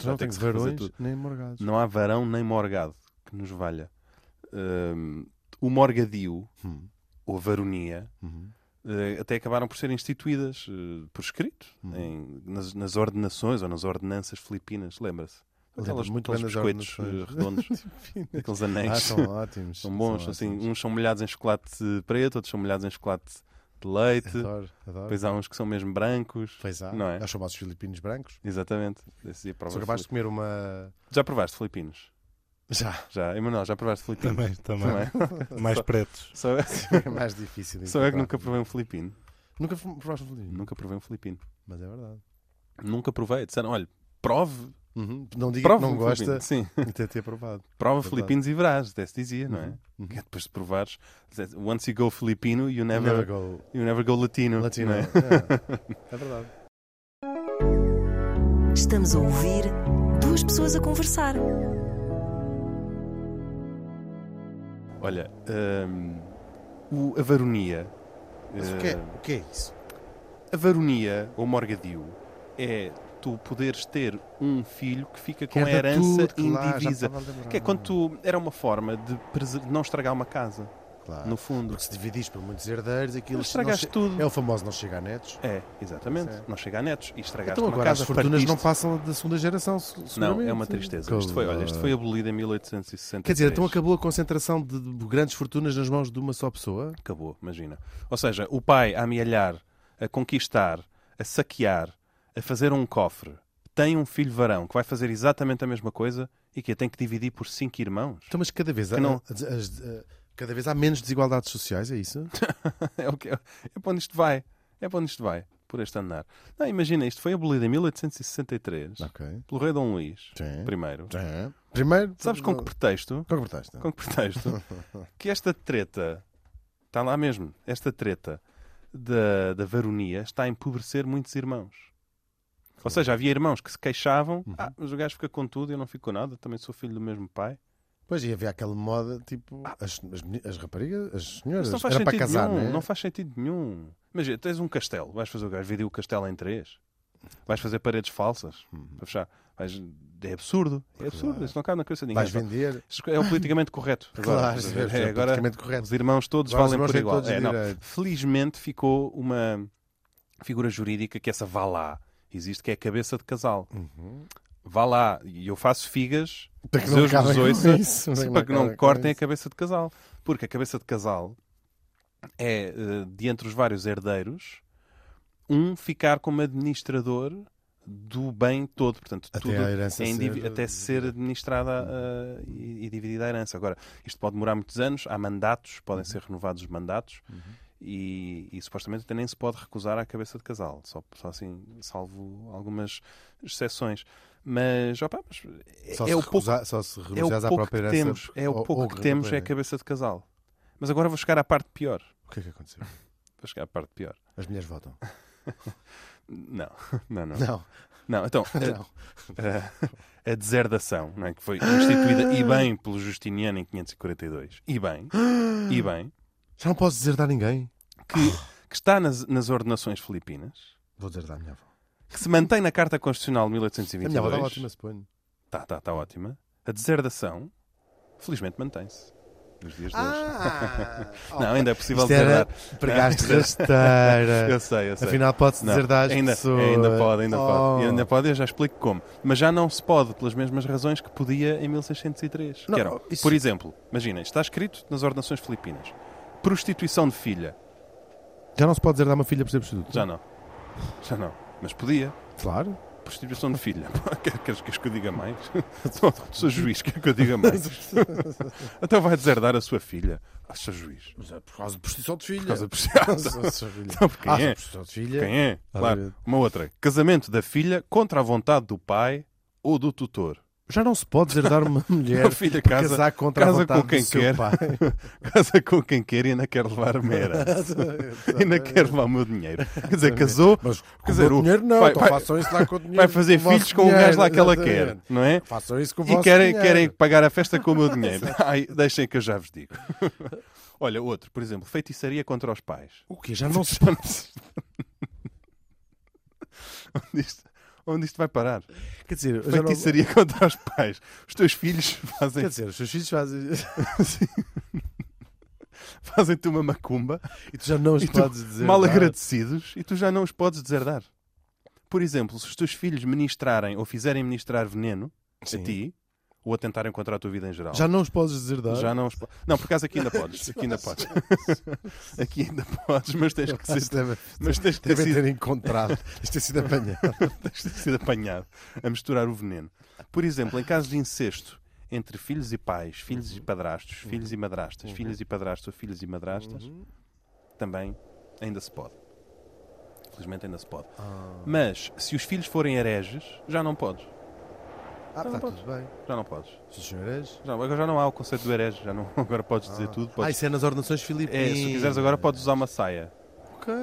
Speaker 2: Já não
Speaker 3: vai ter que
Speaker 2: tens
Speaker 3: se refazer
Speaker 2: varões
Speaker 3: tudo.
Speaker 2: nem morgados.
Speaker 3: Não há varão nem morgado que nos valha. Hum, o morgadio,
Speaker 2: Hum,
Speaker 3: ou a varonia,
Speaker 2: uhum.
Speaker 3: eh, até acabaram por ser instituídas eh, por escrito
Speaker 2: Hum.
Speaker 3: em- nas, nas ordenações ou nas ordenanças filipinas, lembra-se?
Speaker 2: Lembro-me
Speaker 3: Aquelas-
Speaker 2: muito
Speaker 3: aqueles
Speaker 2: bem das
Speaker 3: biscoitos eh,
Speaker 2: ordenações.
Speaker 3: redondos, aqueles anéis.
Speaker 2: Ah, são ótimos.
Speaker 3: São bons,
Speaker 2: são
Speaker 3: assim,
Speaker 2: ótimos.
Speaker 3: uns são molhados em chocolate preto, outros são molhados em chocolate de leite,
Speaker 2: Adoro, adoro.
Speaker 3: depois há uns que são mesmo brancos.
Speaker 2: Pois há.
Speaker 3: Não é?
Speaker 2: Aos chamados filipinos brancos.
Speaker 3: Exatamente. Esse é a prova
Speaker 2: Sou capaz de comer uma.
Speaker 3: fili- Já provaste filipinos?
Speaker 2: Já,
Speaker 3: Já. Emanuel, já provaste filipinos?
Speaker 4: Também, também. Mais pretos.
Speaker 3: Só,
Speaker 2: é mais difícil. de
Speaker 3: só eu que nunca
Speaker 2: encontrar.
Speaker 3: provei um filipino.
Speaker 2: Nunca fu- provaste um filipino.
Speaker 3: Nunca provei um filipino.
Speaker 2: Mas é verdade.
Speaker 3: Nunca provei. Disseram, olha, prove.
Speaker 2: Uhum. Não diga
Speaker 3: Prove
Speaker 2: que não
Speaker 3: um
Speaker 2: gosta
Speaker 3: filipino. Sim.
Speaker 2: de ter, ter provado.
Speaker 3: Prova
Speaker 2: Verdade.
Speaker 3: filipinos e verás. Até se dizia, não é?
Speaker 2: Uhum.
Speaker 3: Que é depois de provares. Once you go filipino, you never,
Speaker 2: Never go
Speaker 3: you never go latino.
Speaker 2: latino.
Speaker 3: não é?
Speaker 2: É. é verdade.
Speaker 1: Estamos a ouvir duas pessoas a conversar.
Speaker 3: Olha, hum, o, a varonia
Speaker 2: Mas o que, é, o que é isso?
Speaker 3: A varonia, ou morgadio, é tu poderes ter um filho que fica com a
Speaker 2: Herda
Speaker 3: herança
Speaker 2: tudo, claro, já
Speaker 3: indivisa.
Speaker 2: estava a lembrar.
Speaker 3: Que é quando tu... Era uma forma de preser- não estragar uma casa,
Speaker 2: Claro.
Speaker 3: no fundo.
Speaker 2: Porque se dividis por muitos herdeiros, aquilo
Speaker 3: Mas estragaste
Speaker 2: não che-
Speaker 3: tudo.
Speaker 2: É o famoso não chega a netos.
Speaker 3: É, exatamente.
Speaker 2: Pois é.
Speaker 3: Não chega a netos e estragaste
Speaker 2: Então
Speaker 3: uma
Speaker 2: agora
Speaker 3: casa.
Speaker 2: as fortunas não
Speaker 3: partiste.
Speaker 2: passam da segunda geração. se-
Speaker 3: Não,
Speaker 2: seguramente.
Speaker 3: é uma tristeza. Isto foi, olha, isto foi abolido em 1860.
Speaker 2: Quer dizer, então acabou a concentração de de grandes fortunas nas mãos de uma só pessoa?
Speaker 3: Acabou, imagina. Ou seja, o pai a amealhar, a conquistar, a saquear, a fazer um cofre, tem um filho varão que vai fazer exatamente a mesma coisa e que a tem que dividir por cinco irmãos.
Speaker 2: Então, mas cada vez,
Speaker 3: Que
Speaker 2: há-
Speaker 3: não.
Speaker 2: as- as- eh, cada vez há menos desigualdades sociais, é isso?
Speaker 3: É, o que, é para onde isto vai. É para onde isto vai, por este andar. Não, imagina, isto foi abolido em 1863
Speaker 2: ok.
Speaker 3: pelo rei Dom Luís
Speaker 2: Sim.
Speaker 3: primeiro.
Speaker 2: Sim. Primeiro.
Speaker 3: Sabes com que pretexto?
Speaker 2: Com que pretexto?
Speaker 3: com que pretexto que esta treta está lá mesmo, esta treta da, da varonia está a empobrecer muitos irmãos. Ou seja, havia irmãos que se queixavam,
Speaker 2: Uhum.
Speaker 3: ah, mas o gajo fica com tudo, eu não fico com nada, também sou filho do mesmo pai.
Speaker 2: Pois ia haver aquela moda, tipo, as, as, meni- as raparigas, as senhoras,
Speaker 3: Ah. Isso não faz
Speaker 2: era para
Speaker 3: sentido
Speaker 2: casar,
Speaker 3: nenhum,
Speaker 2: não é?
Speaker 3: não faz sentido nenhum. Imagina, tens um castelo, vais fazer o gajo dividir o castelo em três, vais fazer paredes falsas
Speaker 2: Uhum.
Speaker 3: para fechar. Vais- é absurdo, é absurdo, isto não cabe na cabeça de
Speaker 2: Vais
Speaker 3: ninguém.
Speaker 2: vender.
Speaker 3: Isto É o politicamente correto.
Speaker 2: Claro, é,
Speaker 3: Agora, é,
Speaker 2: é
Speaker 3: agora
Speaker 2: politicamente correto.
Speaker 3: Os irmãos todos
Speaker 2: Agora os
Speaker 3: valem
Speaker 2: irmãos
Speaker 3: por
Speaker 2: têm
Speaker 3: igual.
Speaker 2: todos
Speaker 3: É, não.
Speaker 2: direito.
Speaker 3: Felizmente ficou uma figura jurídica que é essa vá lá. Existe que é a cabeça de casal. Uhum. Vá lá. E eu faço figas,
Speaker 2: Para que não
Speaker 3: Deus
Speaker 2: acabem
Speaker 3: nos
Speaker 2: com
Speaker 3: ouça,
Speaker 2: isso,
Speaker 3: se-
Speaker 2: não é?
Speaker 3: para que
Speaker 2: acabem
Speaker 3: não
Speaker 2: com
Speaker 3: cortem a
Speaker 2: isso.
Speaker 3: cabeça de casal. Porque a cabeça de casal é, eh, de entre os vários herdeiros, um ficar como administrador do bem todo. Portanto,
Speaker 2: Até
Speaker 3: tudo
Speaker 2: a herança
Speaker 3: é indivi-
Speaker 2: ser-
Speaker 3: até ser administrada eh, e, e dividida a herança. Agora, isto pode demorar muitos anos, há mandatos, podem
Speaker 2: Uhum.
Speaker 3: ser renovados os mandatos. E, e, supostamente até nem se pode recusar à cabeça de casal, só, só assim, salvo algumas exceções. Mas, opá, mas é,
Speaker 2: Só,
Speaker 3: é
Speaker 2: se
Speaker 3: o pouco
Speaker 2: recusar, só se
Speaker 3: é o
Speaker 2: renunciares à
Speaker 3: pouco
Speaker 2: própria
Speaker 3: que
Speaker 2: herança.
Speaker 3: temos, é o
Speaker 2: ou-
Speaker 3: pouco
Speaker 2: ou
Speaker 3: que temos é a cabeça de casal. Mas agora vou chegar à parte pior.
Speaker 2: O que é que aconteceu?
Speaker 3: Vou chegar à parte pior.
Speaker 2: As mulheres votam.
Speaker 3: Não, não, não.
Speaker 2: Não,
Speaker 3: Não, então, a,
Speaker 2: não.
Speaker 3: a deserdação, não é? que foi instituída e bem pelo Justiniano em 542, e bem, e bem,
Speaker 2: Já não posso deserdar ninguém.
Speaker 3: que, que está nas, nas ordenações filipinas,
Speaker 2: Vou deserdar a minha avó.
Speaker 3: que se mantém na Carta Constitucional de
Speaker 2: A minha avó estava
Speaker 3: 1822.
Speaker 2: ótima, suponho.
Speaker 3: Está tá, tá ótima. A deserdação, felizmente, mantém-se. Nos dias de hoje.
Speaker 2: Ah!
Speaker 3: Não, ainda é possível
Speaker 2: Isto era
Speaker 3: deserdar.
Speaker 2: pregaste
Speaker 3: Não, Eu
Speaker 2: rasteira.
Speaker 3: sei, eu sei.
Speaker 2: Afinal, pode-se
Speaker 3: Não,
Speaker 2: deserdar as
Speaker 3: ainda,
Speaker 2: pessoas.
Speaker 3: ainda pode, ainda
Speaker 2: Oh.
Speaker 3: pode. E Ainda pode, eu já explico como. Mas já não se pode pelas mesmas razões que podia em 1603. que
Speaker 2: Não,
Speaker 3: eram,
Speaker 2: isso-
Speaker 3: Por exemplo, imagina, está escrito nas ordenações filipinas. Prostituição de filha.
Speaker 2: Já não se pode deserdar uma filha por ser prostituta?
Speaker 3: Já não. Já não. Mas podia.
Speaker 2: Claro.
Speaker 3: Prostituição de filha. Quer- Queres, queres que eu diga mais? Sou- Sou juiz, quer que eu diga mais? Então vai deserdar a sua filha. Ah, sou juiz.
Speaker 2: Mas é por causa de prostituição de filha. Por
Speaker 3: causa de
Speaker 2: prostituição de filha.
Speaker 3: Quem
Speaker 2: Ah,
Speaker 3: é?
Speaker 2: prostituição de filha.
Speaker 3: Quem é? Claro. Uma outra. Casamento da filha contra a vontade do pai ou do tutor.
Speaker 2: Já não se pode deserdar uma mulher
Speaker 3: A filha
Speaker 2: por
Speaker 3: casa,
Speaker 2: casar contra
Speaker 3: casa
Speaker 2: a vontade
Speaker 3: com quem
Speaker 2: do seu
Speaker 3: quer.
Speaker 2: pai.
Speaker 3: casa com quem quer e ainda quer levar mera. ainda quer levar o meu dinheiro. Quer dizer, casou,
Speaker 2: Mas com
Speaker 3: Quer dizer,
Speaker 2: o meu
Speaker 3: o-
Speaker 2: dinheiro não.
Speaker 3: vai-
Speaker 2: então
Speaker 3: vai-
Speaker 2: façam isso lá com o dinheiro.
Speaker 3: vai fazer
Speaker 2: vosso
Speaker 3: filhos com o
Speaker 2: dinheiro,
Speaker 3: gajo lá que ela quer,
Speaker 2: exatamente.
Speaker 3: não é?
Speaker 2: Façam isso com o vosso
Speaker 3: E querem,
Speaker 2: dinheiro.
Speaker 3: querem pagar a festa com o meu dinheiro. Ai, deixem que eu já vos digo. Olha, outro, por exemplo, feitiçaria contra os pais.
Speaker 2: O quê? Já não se
Speaker 3: Já não se- onde, isto, onde isto vai parar?
Speaker 2: Quer dizer, já não-
Speaker 3: Feitiçaria contra os pais. Os teus filhos
Speaker 2: Quer
Speaker 3: fazem,
Speaker 2: dizer, os seus filhos fazem.
Speaker 3: fazem-te uma macumba
Speaker 2: E tu já não os
Speaker 3: E tu,
Speaker 2: podes dizer.
Speaker 3: mal
Speaker 2: nada.
Speaker 3: agradecidos e tu já não os podes deserdar. Por exemplo, se os teus filhos ministrarem ou fizerem ministrar veneno
Speaker 2: Sim.
Speaker 3: a ti ou atentarem contra a tua vida em geral,
Speaker 2: Já não os podes deserdar.
Speaker 3: já não os po- Não, por acaso aqui ainda podes. Aqui ainda podes. aqui ainda podes, mas tens que
Speaker 2: Vocês
Speaker 3: ser,
Speaker 2: devem,
Speaker 3: mas tens que ter
Speaker 2: devem
Speaker 3: sido,
Speaker 2: ter encontrado. Isto tem sido apanhado.
Speaker 3: tens de ter sido apanhado a misturar o veneno. Por exemplo, em caso de incesto entre filhos e pais, filhos e padrastos, filhos e madrastas, filhos e padrastos ou filhos e madrastas, também ainda se pode. Felizmente ainda se pode. Mas se os filhos forem hereges, já não podes.
Speaker 2: Ah,
Speaker 3: Não
Speaker 2: está
Speaker 3: podes.
Speaker 2: tudo bem.
Speaker 3: Já não podes.
Speaker 2: Sim, senhoras.
Speaker 3: Já, agora já não há o conceito do herege. Já não, agora podes dizer tudo.
Speaker 2: Ah,
Speaker 3: Podes,
Speaker 2: isso é nas ordenações
Speaker 3: é,
Speaker 2: filipinas.
Speaker 3: se tu quiseres agora podes usar uma saia.
Speaker 2: Ok.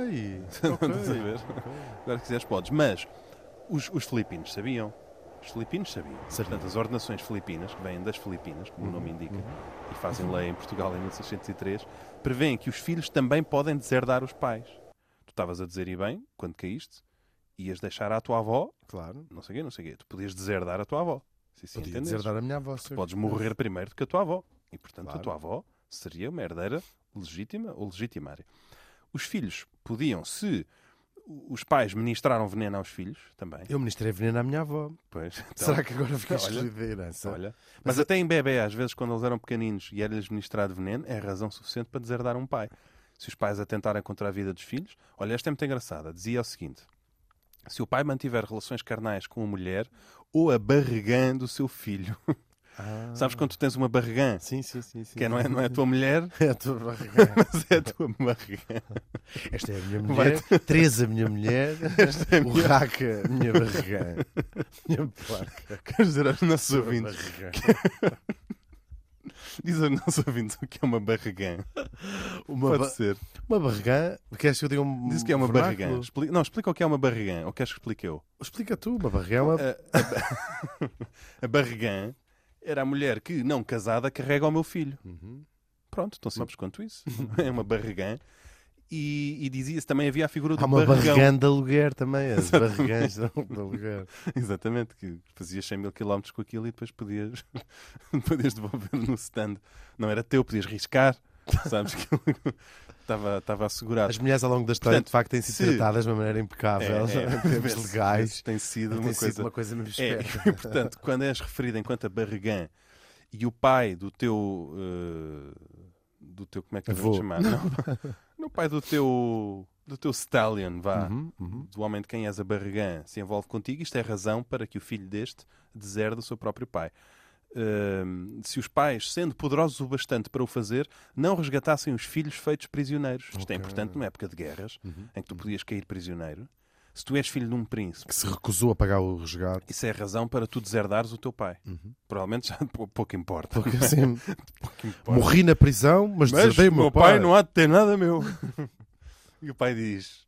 Speaker 3: Estás a ver? Agora que quiseres podes. Mas os, os filipinos sabiam. Os filipinos sabiam. Portanto, as ordenações filipinas, que vêm das Filipinas, como o nome indica, e fazem lei em Portugal em 1603, prevêem que os filhos também podem deserdar os pais. Tu estavas a dizer, e bem, quando caíste, ias deixar à tua avó,
Speaker 2: Claro.
Speaker 3: não sei o quê, não sei o quê, tu podias deserdar a tua avó. Se assim isso
Speaker 2: Podia
Speaker 3: entendes.
Speaker 2: deserdar a minha avó.
Speaker 3: Tu
Speaker 2: sim.
Speaker 3: podes morrer primeiro do que a tua avó. E, portanto,
Speaker 2: Claro.
Speaker 3: a tua avó seria uma herdeira legítima ou legitimária. Os filhos podiam, se os pais ministraram veneno aos filhos, também.
Speaker 2: Eu ministrei veneno à minha avó.
Speaker 3: Pois, então,
Speaker 2: Será que agora fica
Speaker 3: Olha.
Speaker 2: excluído da herança?
Speaker 3: Olha. Mas até em bebê, às vezes, quando eles eram pequeninos e era-lhes ministrado veneno, é razão suficiente para deserdar um pai. Se os pais atentarem contra a vida dos filhos... Olha, esta é muito engraçada. Dizia o seguinte. Se o pai mantiver relações carnais com a mulher ou a barrigã do seu filho...
Speaker 2: Ah.
Speaker 3: Sabes quando tu tens uma barrigã?
Speaker 2: Sim, sim, sim. sim.
Speaker 3: Que não é, não é a tua mulher,
Speaker 2: É a tua barriga.
Speaker 3: mas é a tua barriga.
Speaker 2: Esta é a minha mulher, Teresa, minha mulher,
Speaker 3: é
Speaker 2: o Raca, minha barriga. Minha placa.
Speaker 3: Queres dizer aos nossos ouvintes?
Speaker 2: Barriga.
Speaker 3: Diz aos nossos ouvintes o que é uma barrigã.
Speaker 2: Uma,
Speaker 3: é Pode
Speaker 2: ba
Speaker 3: ser.
Speaker 2: uma barrigã? Queres que eu diga um.
Speaker 3: Diz que é uma
Speaker 2: vernáculo?
Speaker 3: barrigã. Expli- Não, explica o que é uma barrigã. Ou queres que explique eu?
Speaker 2: Explica tu, uma barrigã é uma.
Speaker 3: A barrigã era a mulher que, não casada, carrega o meu filho.
Speaker 2: Uhum.
Speaker 3: Pronto, tão simples quanto isso. É uma barrigã. E, e dizia-se também havia a figura do
Speaker 2: Há uma
Speaker 3: barrigão.
Speaker 2: barrigã de aluguer também, as barrigãs de aluguer.
Speaker 3: Exatamente, que fazias 100 mil quilómetros com aquilo e depois podias, podias devolver no stand. Não era teu, podias riscar. Sabes que estava, estava assegurado.
Speaker 2: As mulheres ao longo da história,
Speaker 3: Portanto,
Speaker 2: de facto, têm sido
Speaker 3: se-
Speaker 2: tratadas de uma maneira impecável, em termos
Speaker 3: vê-se-
Speaker 2: legais.
Speaker 3: vê-se, É, Tem sido
Speaker 2: Tem
Speaker 3: uma
Speaker 2: sido
Speaker 3: coisa.
Speaker 2: uma coisa mesmo
Speaker 3: É,
Speaker 2: esperta.
Speaker 3: e, portanto, quando és referido enquanto a barrigã e o pai do teu. eh, do teu. Como é que eu vou
Speaker 2: Avô.
Speaker 3: chamar? Não, no pai do teu. do teu stallion, vá. Do homem de quem és a barrigã se envolve contigo, isto é razão para que o filho deste deserde o seu próprio pai. Ehm, se os pais, sendo poderosos o bastante para o fazer, não resgatassem os filhos feitos prisioneiros. Isto é importante numa época de guerras,
Speaker 2: Uhum.
Speaker 3: em que tu podias cair prisioneiro. Se tu és filho de um príncipe,
Speaker 2: Que se recusou a pagar o resgate.
Speaker 3: isso é razão para tu deserdares o teu pai.
Speaker 2: Uhum.
Speaker 3: Provavelmente já pou- pouco importa.
Speaker 2: Porque assim,
Speaker 3: Pouco importa.
Speaker 2: morri na prisão, mas, deserdei o meu pai.
Speaker 3: não é- há de ter nada meu. e o pai diz: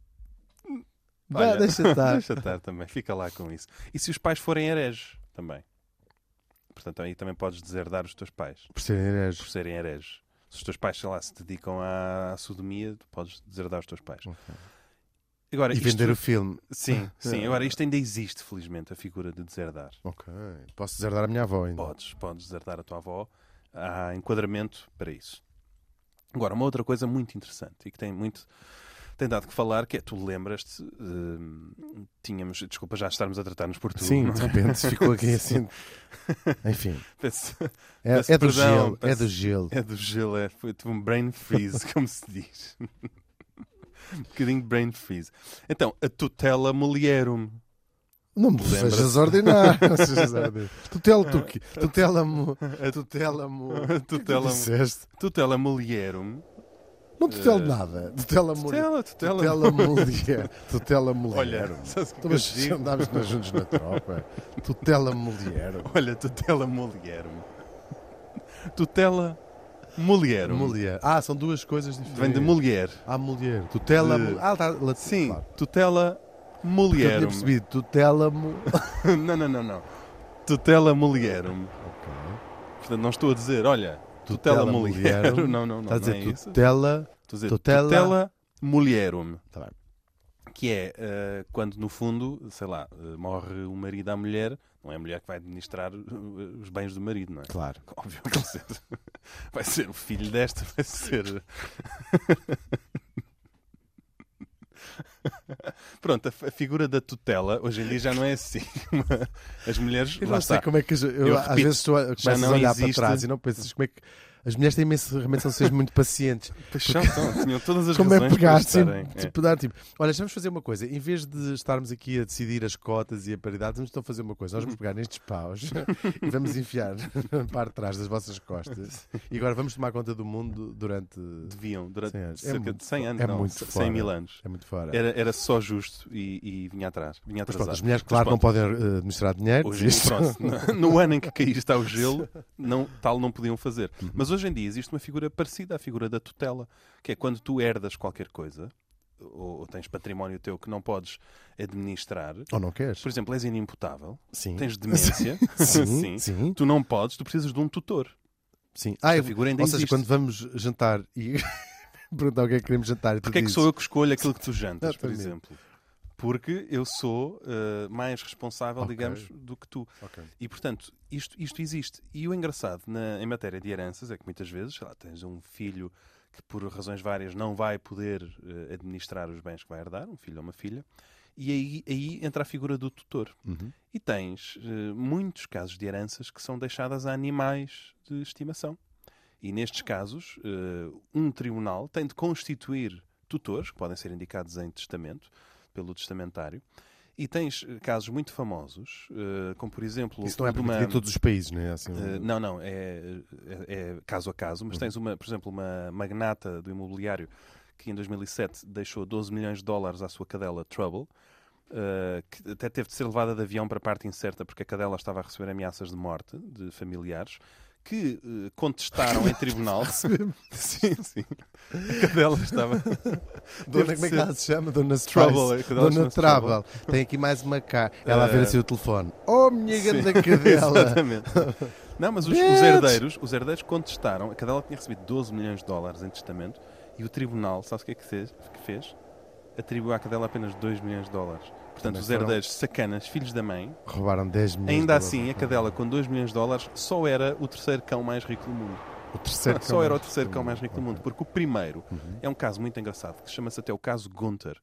Speaker 2: Vá,
Speaker 3: olha,
Speaker 2: deixa estar.
Speaker 3: Deixa estar também, fica lá com isso. E se os pais forem hereges também? Portanto, aí também podes deserdar os teus pais
Speaker 2: Por serem
Speaker 3: por
Speaker 2: hereges.
Speaker 3: serem hereges. Se os teus pais, sei lá, se dedicam à sodomia, tu podes deserdar os teus pais. Agora,
Speaker 2: E
Speaker 3: isto-
Speaker 2: vender o É. filme.
Speaker 3: Sim, sim. Agora, isto ainda existe, felizmente, a figura de deserdar.
Speaker 2: Ok. Posso deserdar a minha avó ainda.
Speaker 3: Podes, podes desertar a tua avó. Há enquadramento para isso. Agora, uma outra coisa muito interessante e que tem muito. Tem dado que falar, que é, tu lembras-te, hum, tínhamos, desculpa já estarmos a tratar-nos por tu.
Speaker 2: Sim,
Speaker 3: não
Speaker 2: de
Speaker 3: é?
Speaker 2: repente ficou aqui assim. Enfim,
Speaker 3: Peço-
Speaker 2: é,
Speaker 3: Peço
Speaker 2: é do
Speaker 3: perdão,
Speaker 2: gelo, é
Speaker 3: peço-
Speaker 2: do gelo.
Speaker 3: É do gelo, é. Foi tive um brain freeze, como se diz. um bocadinho de brain freeze. Então, a tutela mulherum.
Speaker 2: Não me
Speaker 3: Lembra-se.
Speaker 2: sejas ordinário. não sejas ordinário. Tutela tu que. Tutela-mo.
Speaker 3: A tu-
Speaker 2: Tutela-mo.
Speaker 3: tutela,
Speaker 2: Disseste?
Speaker 3: tutela mulherum.
Speaker 2: Não tutela nada. Tutela-mo.
Speaker 3: Tutela, tutela.
Speaker 2: Tutela-mo. Tutela-mo.
Speaker 3: Olha, sabes o que é que eu
Speaker 2: Mas
Speaker 3: te
Speaker 2: se
Speaker 3: digo?
Speaker 2: andámos nós juntos na tropa, tutela mulher.
Speaker 3: Olha, tutela mulherum. Tutela mulherum.
Speaker 2: Mulher. Ah, são duas coisas diferentes.
Speaker 3: um- Vem de mulher.
Speaker 2: Ah, mulher. Tutela.
Speaker 3: De-
Speaker 2: Ah, tá, latim,
Speaker 3: Sim,
Speaker 2: claro. Eu
Speaker 3: tutela
Speaker 2: tinha
Speaker 3: mulherum.
Speaker 2: percebido. Tutela. mu-
Speaker 3: não, não, não, não. Tutela mulherum.
Speaker 2: Ok.
Speaker 3: Portanto, não estou a dizer, olha, tutela,
Speaker 2: Tutela
Speaker 3: mulherum.
Speaker 2: mulherum.
Speaker 3: Não, não, não.
Speaker 2: Estás a
Speaker 3: não é
Speaker 2: dizer
Speaker 3: isso.
Speaker 2: tutela.
Speaker 3: Estou a dizer tutela,
Speaker 2: Tutela-
Speaker 3: mulherum.
Speaker 2: Tá bem.
Speaker 3: Que é eh, quando, no fundo, sei lá, eh, morre o marido à mulher, não é a mulher que vai administrar eh, os bens do marido, não é?
Speaker 2: Claro.
Speaker 3: Óbvio que vai ser, vai ser o filho desta, vai ser. Pronto, a, f- a figura da tutela hoje em dia já não é assim. As mulheres.
Speaker 2: Eu
Speaker 3: lá
Speaker 2: não sei
Speaker 3: está.
Speaker 2: como é que. Eu,
Speaker 3: Eu
Speaker 2: às
Speaker 3: repito,
Speaker 2: vezes estou a, começas
Speaker 3: não
Speaker 2: a olhar
Speaker 3: existe-
Speaker 2: para trás e não pensas como é que. As mulheres têm imenso, realmente são seres muito pacientes.
Speaker 3: Paixão, então, tinham todas as
Speaker 2: Como é
Speaker 3: razões
Speaker 2: pegar,
Speaker 3: para
Speaker 2: sim,
Speaker 3: estarem. é.
Speaker 2: tipo, dar tipo, olha, vamos fazer uma coisa, em vez de estarmos aqui a decidir as cotas e a paridade, vamos então fazer uma coisa, nós vamos pegar nestes paus e vamos enfiar para trás das vossas costas e agora vamos tomar conta do mundo durante.
Speaker 3: Deviam, durante
Speaker 2: Cem anos. É
Speaker 3: cerca
Speaker 2: muito-
Speaker 3: de 100 anos,
Speaker 2: é
Speaker 3: não,
Speaker 2: muito
Speaker 3: 100
Speaker 2: fora.
Speaker 3: mil anos.
Speaker 2: É muito fora.
Speaker 3: Era, era só justo e, e vinha atrás. Vinha
Speaker 2: Mas pronto,
Speaker 3: atrasado.
Speaker 2: as mulheres, claro, não podem eh, administrar dinheiro,
Speaker 3: Hoje,
Speaker 2: isto-
Speaker 3: pronto, no- no ano em que caíste ao gelo, não, tal não podiam fazer.
Speaker 2: Uhum.
Speaker 3: Mas hoje em dia existe uma figura parecida à figura da tutela, que é quando tu herdas qualquer coisa, ou, ou tens património teu que não podes administrar,
Speaker 2: Ou não queres?
Speaker 3: por exemplo, és inimputável,
Speaker 2: Sim.
Speaker 3: tens demência,
Speaker 2: Hum. Sim, sim.
Speaker 3: tu não podes, tu precisas de um tutor.
Speaker 2: Sim. Ah,
Speaker 3: Esta
Speaker 2: eu-
Speaker 3: figura ainda
Speaker 2: ou seja,
Speaker 3: existe.
Speaker 2: quando vamos jantar e perguntar o que é que queremos jantar e tu
Speaker 3: Porquê é que
Speaker 2: dizes,
Speaker 3: sou eu que escolho aquilo que tu jantas, por
Speaker 2: Exatamente.
Speaker 3: exemplo? Porque eu sou eh, mais responsável,
Speaker 2: Ok.
Speaker 3: digamos, do que tu.
Speaker 2: Ok.
Speaker 3: E, portanto, isto, isto existe. E o engraçado na- em matéria de heranças é que muitas vezes, sei lá, tens um filho que por razões várias não vai poder eh, administrar os bens que vai herdar, um filho ou uma filha, e aí, aí entra a figura do tutor.
Speaker 2: Uhum.
Speaker 3: E tens eh, muitos casos de heranças que são deixadas a animais de estimação. E nestes casos, eh, um tribunal tem de constituir tutores, que podem ser indicados em testamento, pelo testamentário. E tens eh, casos muito famosos, eh, como por exemplo.
Speaker 2: Isso não é
Speaker 3: de
Speaker 2: permitido em todos os países, não é? Assim,
Speaker 3: eh, não, não, é, é- é caso a caso, mas tens, uma, por exemplo, uma magnata do imobiliário que em 2007 deixou 12 milhões de dólares à sua cadela Trouble, eh, que até teve de ser levada de avião para a parte incerta porque a cadela estava a receber ameaças de morte de familiares que eh, contestaram em tribunal. sim, sim. A cadela estava.
Speaker 2: Dona,
Speaker 3: Teve de
Speaker 2: como é que
Speaker 3: ser-
Speaker 2: ela se chama? Dona
Speaker 3: Trouble, é
Speaker 2: Trouble.
Speaker 3: que ela
Speaker 2: Dona
Speaker 3: chama-se Trouble.
Speaker 2: Trouble. Tem aqui mais uma cá. Ela a ver
Speaker 3: Eh,
Speaker 2: assim o telefone. Oh, minha
Speaker 3: Sim.
Speaker 2: grande cadela.
Speaker 3: Exatamente. Não, mas os, os
Speaker 2: Bitch!
Speaker 3: herdeiros, os herdeiros contestaram. A cadela tinha recebido 12 milhões de dólares em testamento e o tribunal, sabes o que é que fez? Que fez? Atribuiu à cadela apenas 2 milhões de dólares. Portanto,
Speaker 2: Também
Speaker 3: os
Speaker 2: foram-
Speaker 3: herdeiros sacanas, filhos da mãe,
Speaker 2: Roubaram 10 milhões.
Speaker 3: ainda
Speaker 2: de
Speaker 3: assim, a
Speaker 2: dólares.
Speaker 3: cadela com 2 milhões de dólares só era o terceiro cão mais rico do mundo.
Speaker 2: O terceiro
Speaker 3: Só era o terceiro cão mais rico do mundo, porque o primeiro é um caso muito engraçado, que chama-se até o caso Gunther,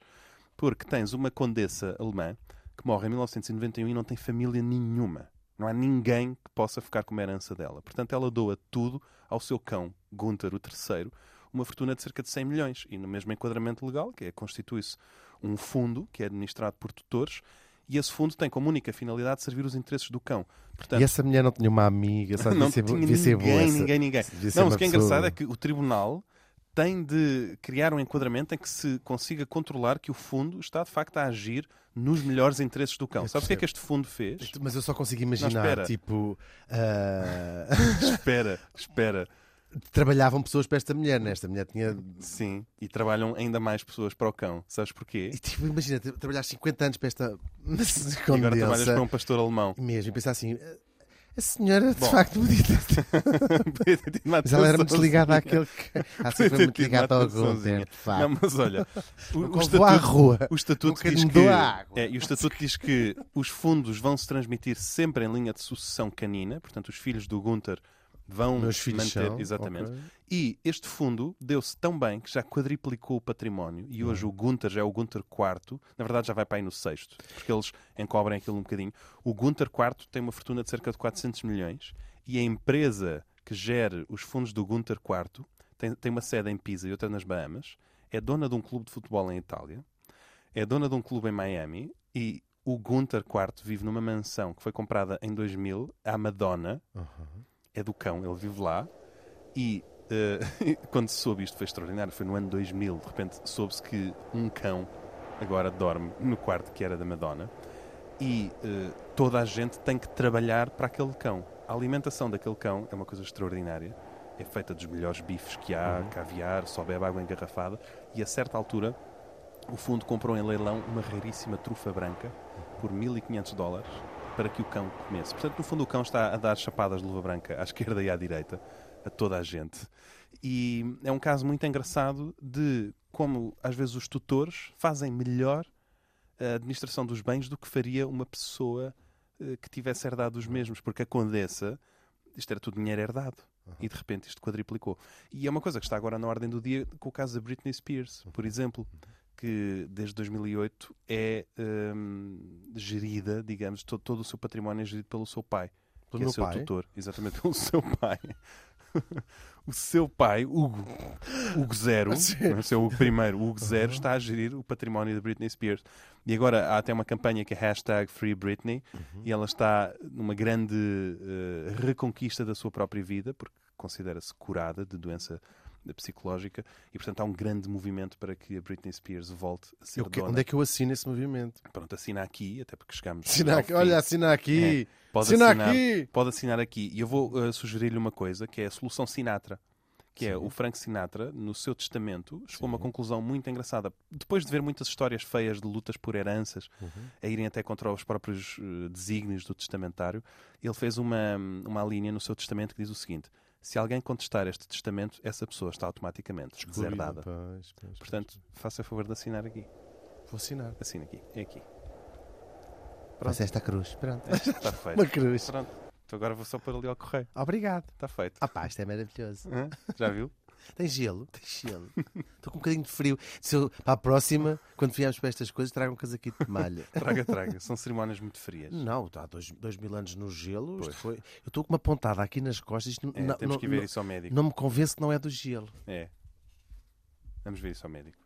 Speaker 3: porque tens uma condessa alemã que morre em 1991 e não tem família nenhuma. Não há ninguém que possa ficar com a herança dela. Portanto, ela doa tudo ao seu cão, Gunther, o terceiro, uma fortuna de cerca de 100 milhões. E no mesmo enquadramento legal, que é constitui-se um fundo que é administrado por tutores, e esse fundo tem como única finalidade servir os interesses do cão. Portanto,
Speaker 2: E essa mulher não tinha uma amiga, sabe? é
Speaker 3: não
Speaker 2: Devia ser-
Speaker 3: tinha
Speaker 2: devia ser boa
Speaker 3: ninguém,
Speaker 2: essa-
Speaker 3: ninguém, ninguém.
Speaker 2: devia ser
Speaker 3: Não, mas
Speaker 2: uma
Speaker 3: o que é
Speaker 2: pessoa-
Speaker 3: engraçado é que o tribunal tem de criar um enquadramento em que se consiga controlar que o fundo está de facto a agir nos melhores interesses do cão.
Speaker 2: Eu
Speaker 3: Sabes o que é que este fundo fez?
Speaker 2: Mas eu só consigo
Speaker 3: Não,
Speaker 2: imaginar,
Speaker 3: espera.
Speaker 2: tipo, ah,
Speaker 3: espera, espera.
Speaker 2: trabalhavam pessoas para esta mulher, né? Esta mulher tinha.
Speaker 3: Sim, e trabalham ainda mais pessoas para o cão. Sabes porquê?
Speaker 2: E tipo, imagina, tra- trabalhar 50 anos para esta.
Speaker 3: E agora trabalhas
Speaker 2: condensa.
Speaker 3: para um pastor alemão.
Speaker 2: Mesmo, e pensar assim, "Ah, a senhora de
Speaker 3: Bom.
Speaker 2: facto podia ter
Speaker 3: Podia ter tido uma
Speaker 2: Mas ela era muito
Speaker 3: atençãozinha.
Speaker 2: ligada àquele que. Ela
Speaker 3: Podia
Speaker 2: sempre
Speaker 3: ter
Speaker 2: foi muito
Speaker 3: tido uma
Speaker 2: ligada ao Gunter,
Speaker 3: atençãozinha.
Speaker 2: de
Speaker 3: Não,
Speaker 2: facto.
Speaker 3: mas olha, o, o
Speaker 2: Nunca levou à
Speaker 3: estatuto,
Speaker 2: rua.
Speaker 3: o estatuto
Speaker 2: Nunca
Speaker 3: diz
Speaker 2: lhe deu
Speaker 3: que,
Speaker 2: água.
Speaker 3: é, e o estatuto diz que os fundos vão se transmitir sempre em linha de sucessão canina, portanto os filhos do Gunther vão
Speaker 2: Meus filhos
Speaker 3: manter
Speaker 2: são,
Speaker 3: exatamente.
Speaker 2: ok.
Speaker 3: E este fundo deu-se tão bem que já quadriplicou o património e
Speaker 2: Hum.
Speaker 3: hoje o Gunther já é o Gunther IV, na verdade já vai para aí no sexto, porque eles encobrem aquilo um bocadinho. O Gunther IV tem uma fortuna de cerca de 400 milhões e a empresa que gere os fundos do Gunther IV tem, tem uma sede em Pisa e outra nas Bahamas, é dona de um clube de futebol em Itália, é dona de um clube em Miami e o Gunther IV vive numa mansão que foi comprada em 2000 à Madonna, é do cão, ele vive lá e eh, quando se soube isto foi extraordinário, foi no ano 2000, de repente soube-se que um cão agora dorme no quarto que era da Madonna e eh, toda a gente tem que trabalhar para aquele cão. A alimentação daquele cão é uma coisa extraordinária. É feita dos melhores bifes que há, caviar, só bebe água engarrafada. E a certa altura, o fundo comprou em leilão uma raríssima trufa branca por 1.500 dólares para que o cão comesse. Portanto, no fundo, o cão está a dar chapadas de luva branca à esquerda e à direita a toda a gente. E é um caso muito engraçado de como, às vezes, os tutores fazem melhor a administração dos bens do que faria uma pessoa eh, que tivesse herdado
Speaker 2: Uhum.
Speaker 3: os mesmos, porque a condessa, isto era tudo dinheiro herdado.
Speaker 2: Uhum.
Speaker 3: E de repente isto quadriplicou. E é uma coisa que está agora na ordem do dia com o caso da Britney Spears,
Speaker 2: Uhum.
Speaker 3: por exemplo, que desde 2008 é hum, gerida, digamos, todo, todo o seu património é gerido pelo seu pai,
Speaker 2: Pelo
Speaker 3: que
Speaker 2: meu
Speaker 3: é seu
Speaker 2: pai?
Speaker 3: tutor, exatamente pelo seu pai. O seu pai, Hugo, Hugo Zero, não é o seu Hugo primeiro, o Hugo Zero está a gerir o património da Britney Spears. E agora há até uma campanha que é hashtag Free Britney
Speaker 2: Uhum.
Speaker 3: e ela está numa grande eh, reconquista da sua própria vida, porque considera-se curada de doença psicológica e portanto há um grande movimento para que a Britney Spears volte a ser
Speaker 2: Eu que-
Speaker 3: dona.
Speaker 2: onde é que eu assino esse movimento?
Speaker 3: Pronto, assina aqui, até porque chegamos
Speaker 2: Assina
Speaker 3: ao
Speaker 2: aqui.
Speaker 3: fim.
Speaker 2: Olha, assina aqui.
Speaker 3: Pode
Speaker 2: Assina
Speaker 3: assinar,
Speaker 2: aqui.
Speaker 3: Pode assinar aqui. E eu vou eh, sugerir-lhe uma coisa, que é a solução Sinatra, que é o Frank Sinatra, no seu testamento, chegou a uma conclusão muito engraçada. Depois de ver muitas histórias feias de lutas por heranças,
Speaker 2: Uhum.
Speaker 3: a irem até contra os próprios eh, desígnios do testamentário, ele fez uma, uma linha no seu testamento que diz o seguinte: se alguém contestar este testamento, essa pessoa está automaticamente
Speaker 2: então.
Speaker 3: deserdada.
Speaker 2: Pois, pois, pois.
Speaker 3: Portanto, faça favor de assinar aqui.
Speaker 2: vou assinar.
Speaker 3: Assina aqui. É aqui. É,
Speaker 2: Faça esta cruz. Pronto.
Speaker 3: Está feito.
Speaker 2: Uma cruz.
Speaker 3: Pronto. Então agora vou só pôr ali ao correio.
Speaker 2: Obrigado.
Speaker 3: Está feito.
Speaker 2: Ah pá, isto é maravilhoso.
Speaker 3: Hã? Já viu?
Speaker 2: Tem gelo? Tem gelo. Estou com um bocadinho de frio. Se eu, para a próxima, quando viermos para estas coisas, traga um casaquinho de malha.
Speaker 3: Traga, traga. São cerimónias muito frias.
Speaker 2: Não, há dois, dois mil anos no gelo. isto foi... Eu estou com uma pontada aqui nas costas. Isto não,
Speaker 3: É,
Speaker 2: não,
Speaker 3: temos
Speaker 2: não-
Speaker 3: que ver
Speaker 2: não-
Speaker 3: isso ao médico.
Speaker 2: não me convence que não é do gelo.
Speaker 3: É. Vamos ver isso ao médico.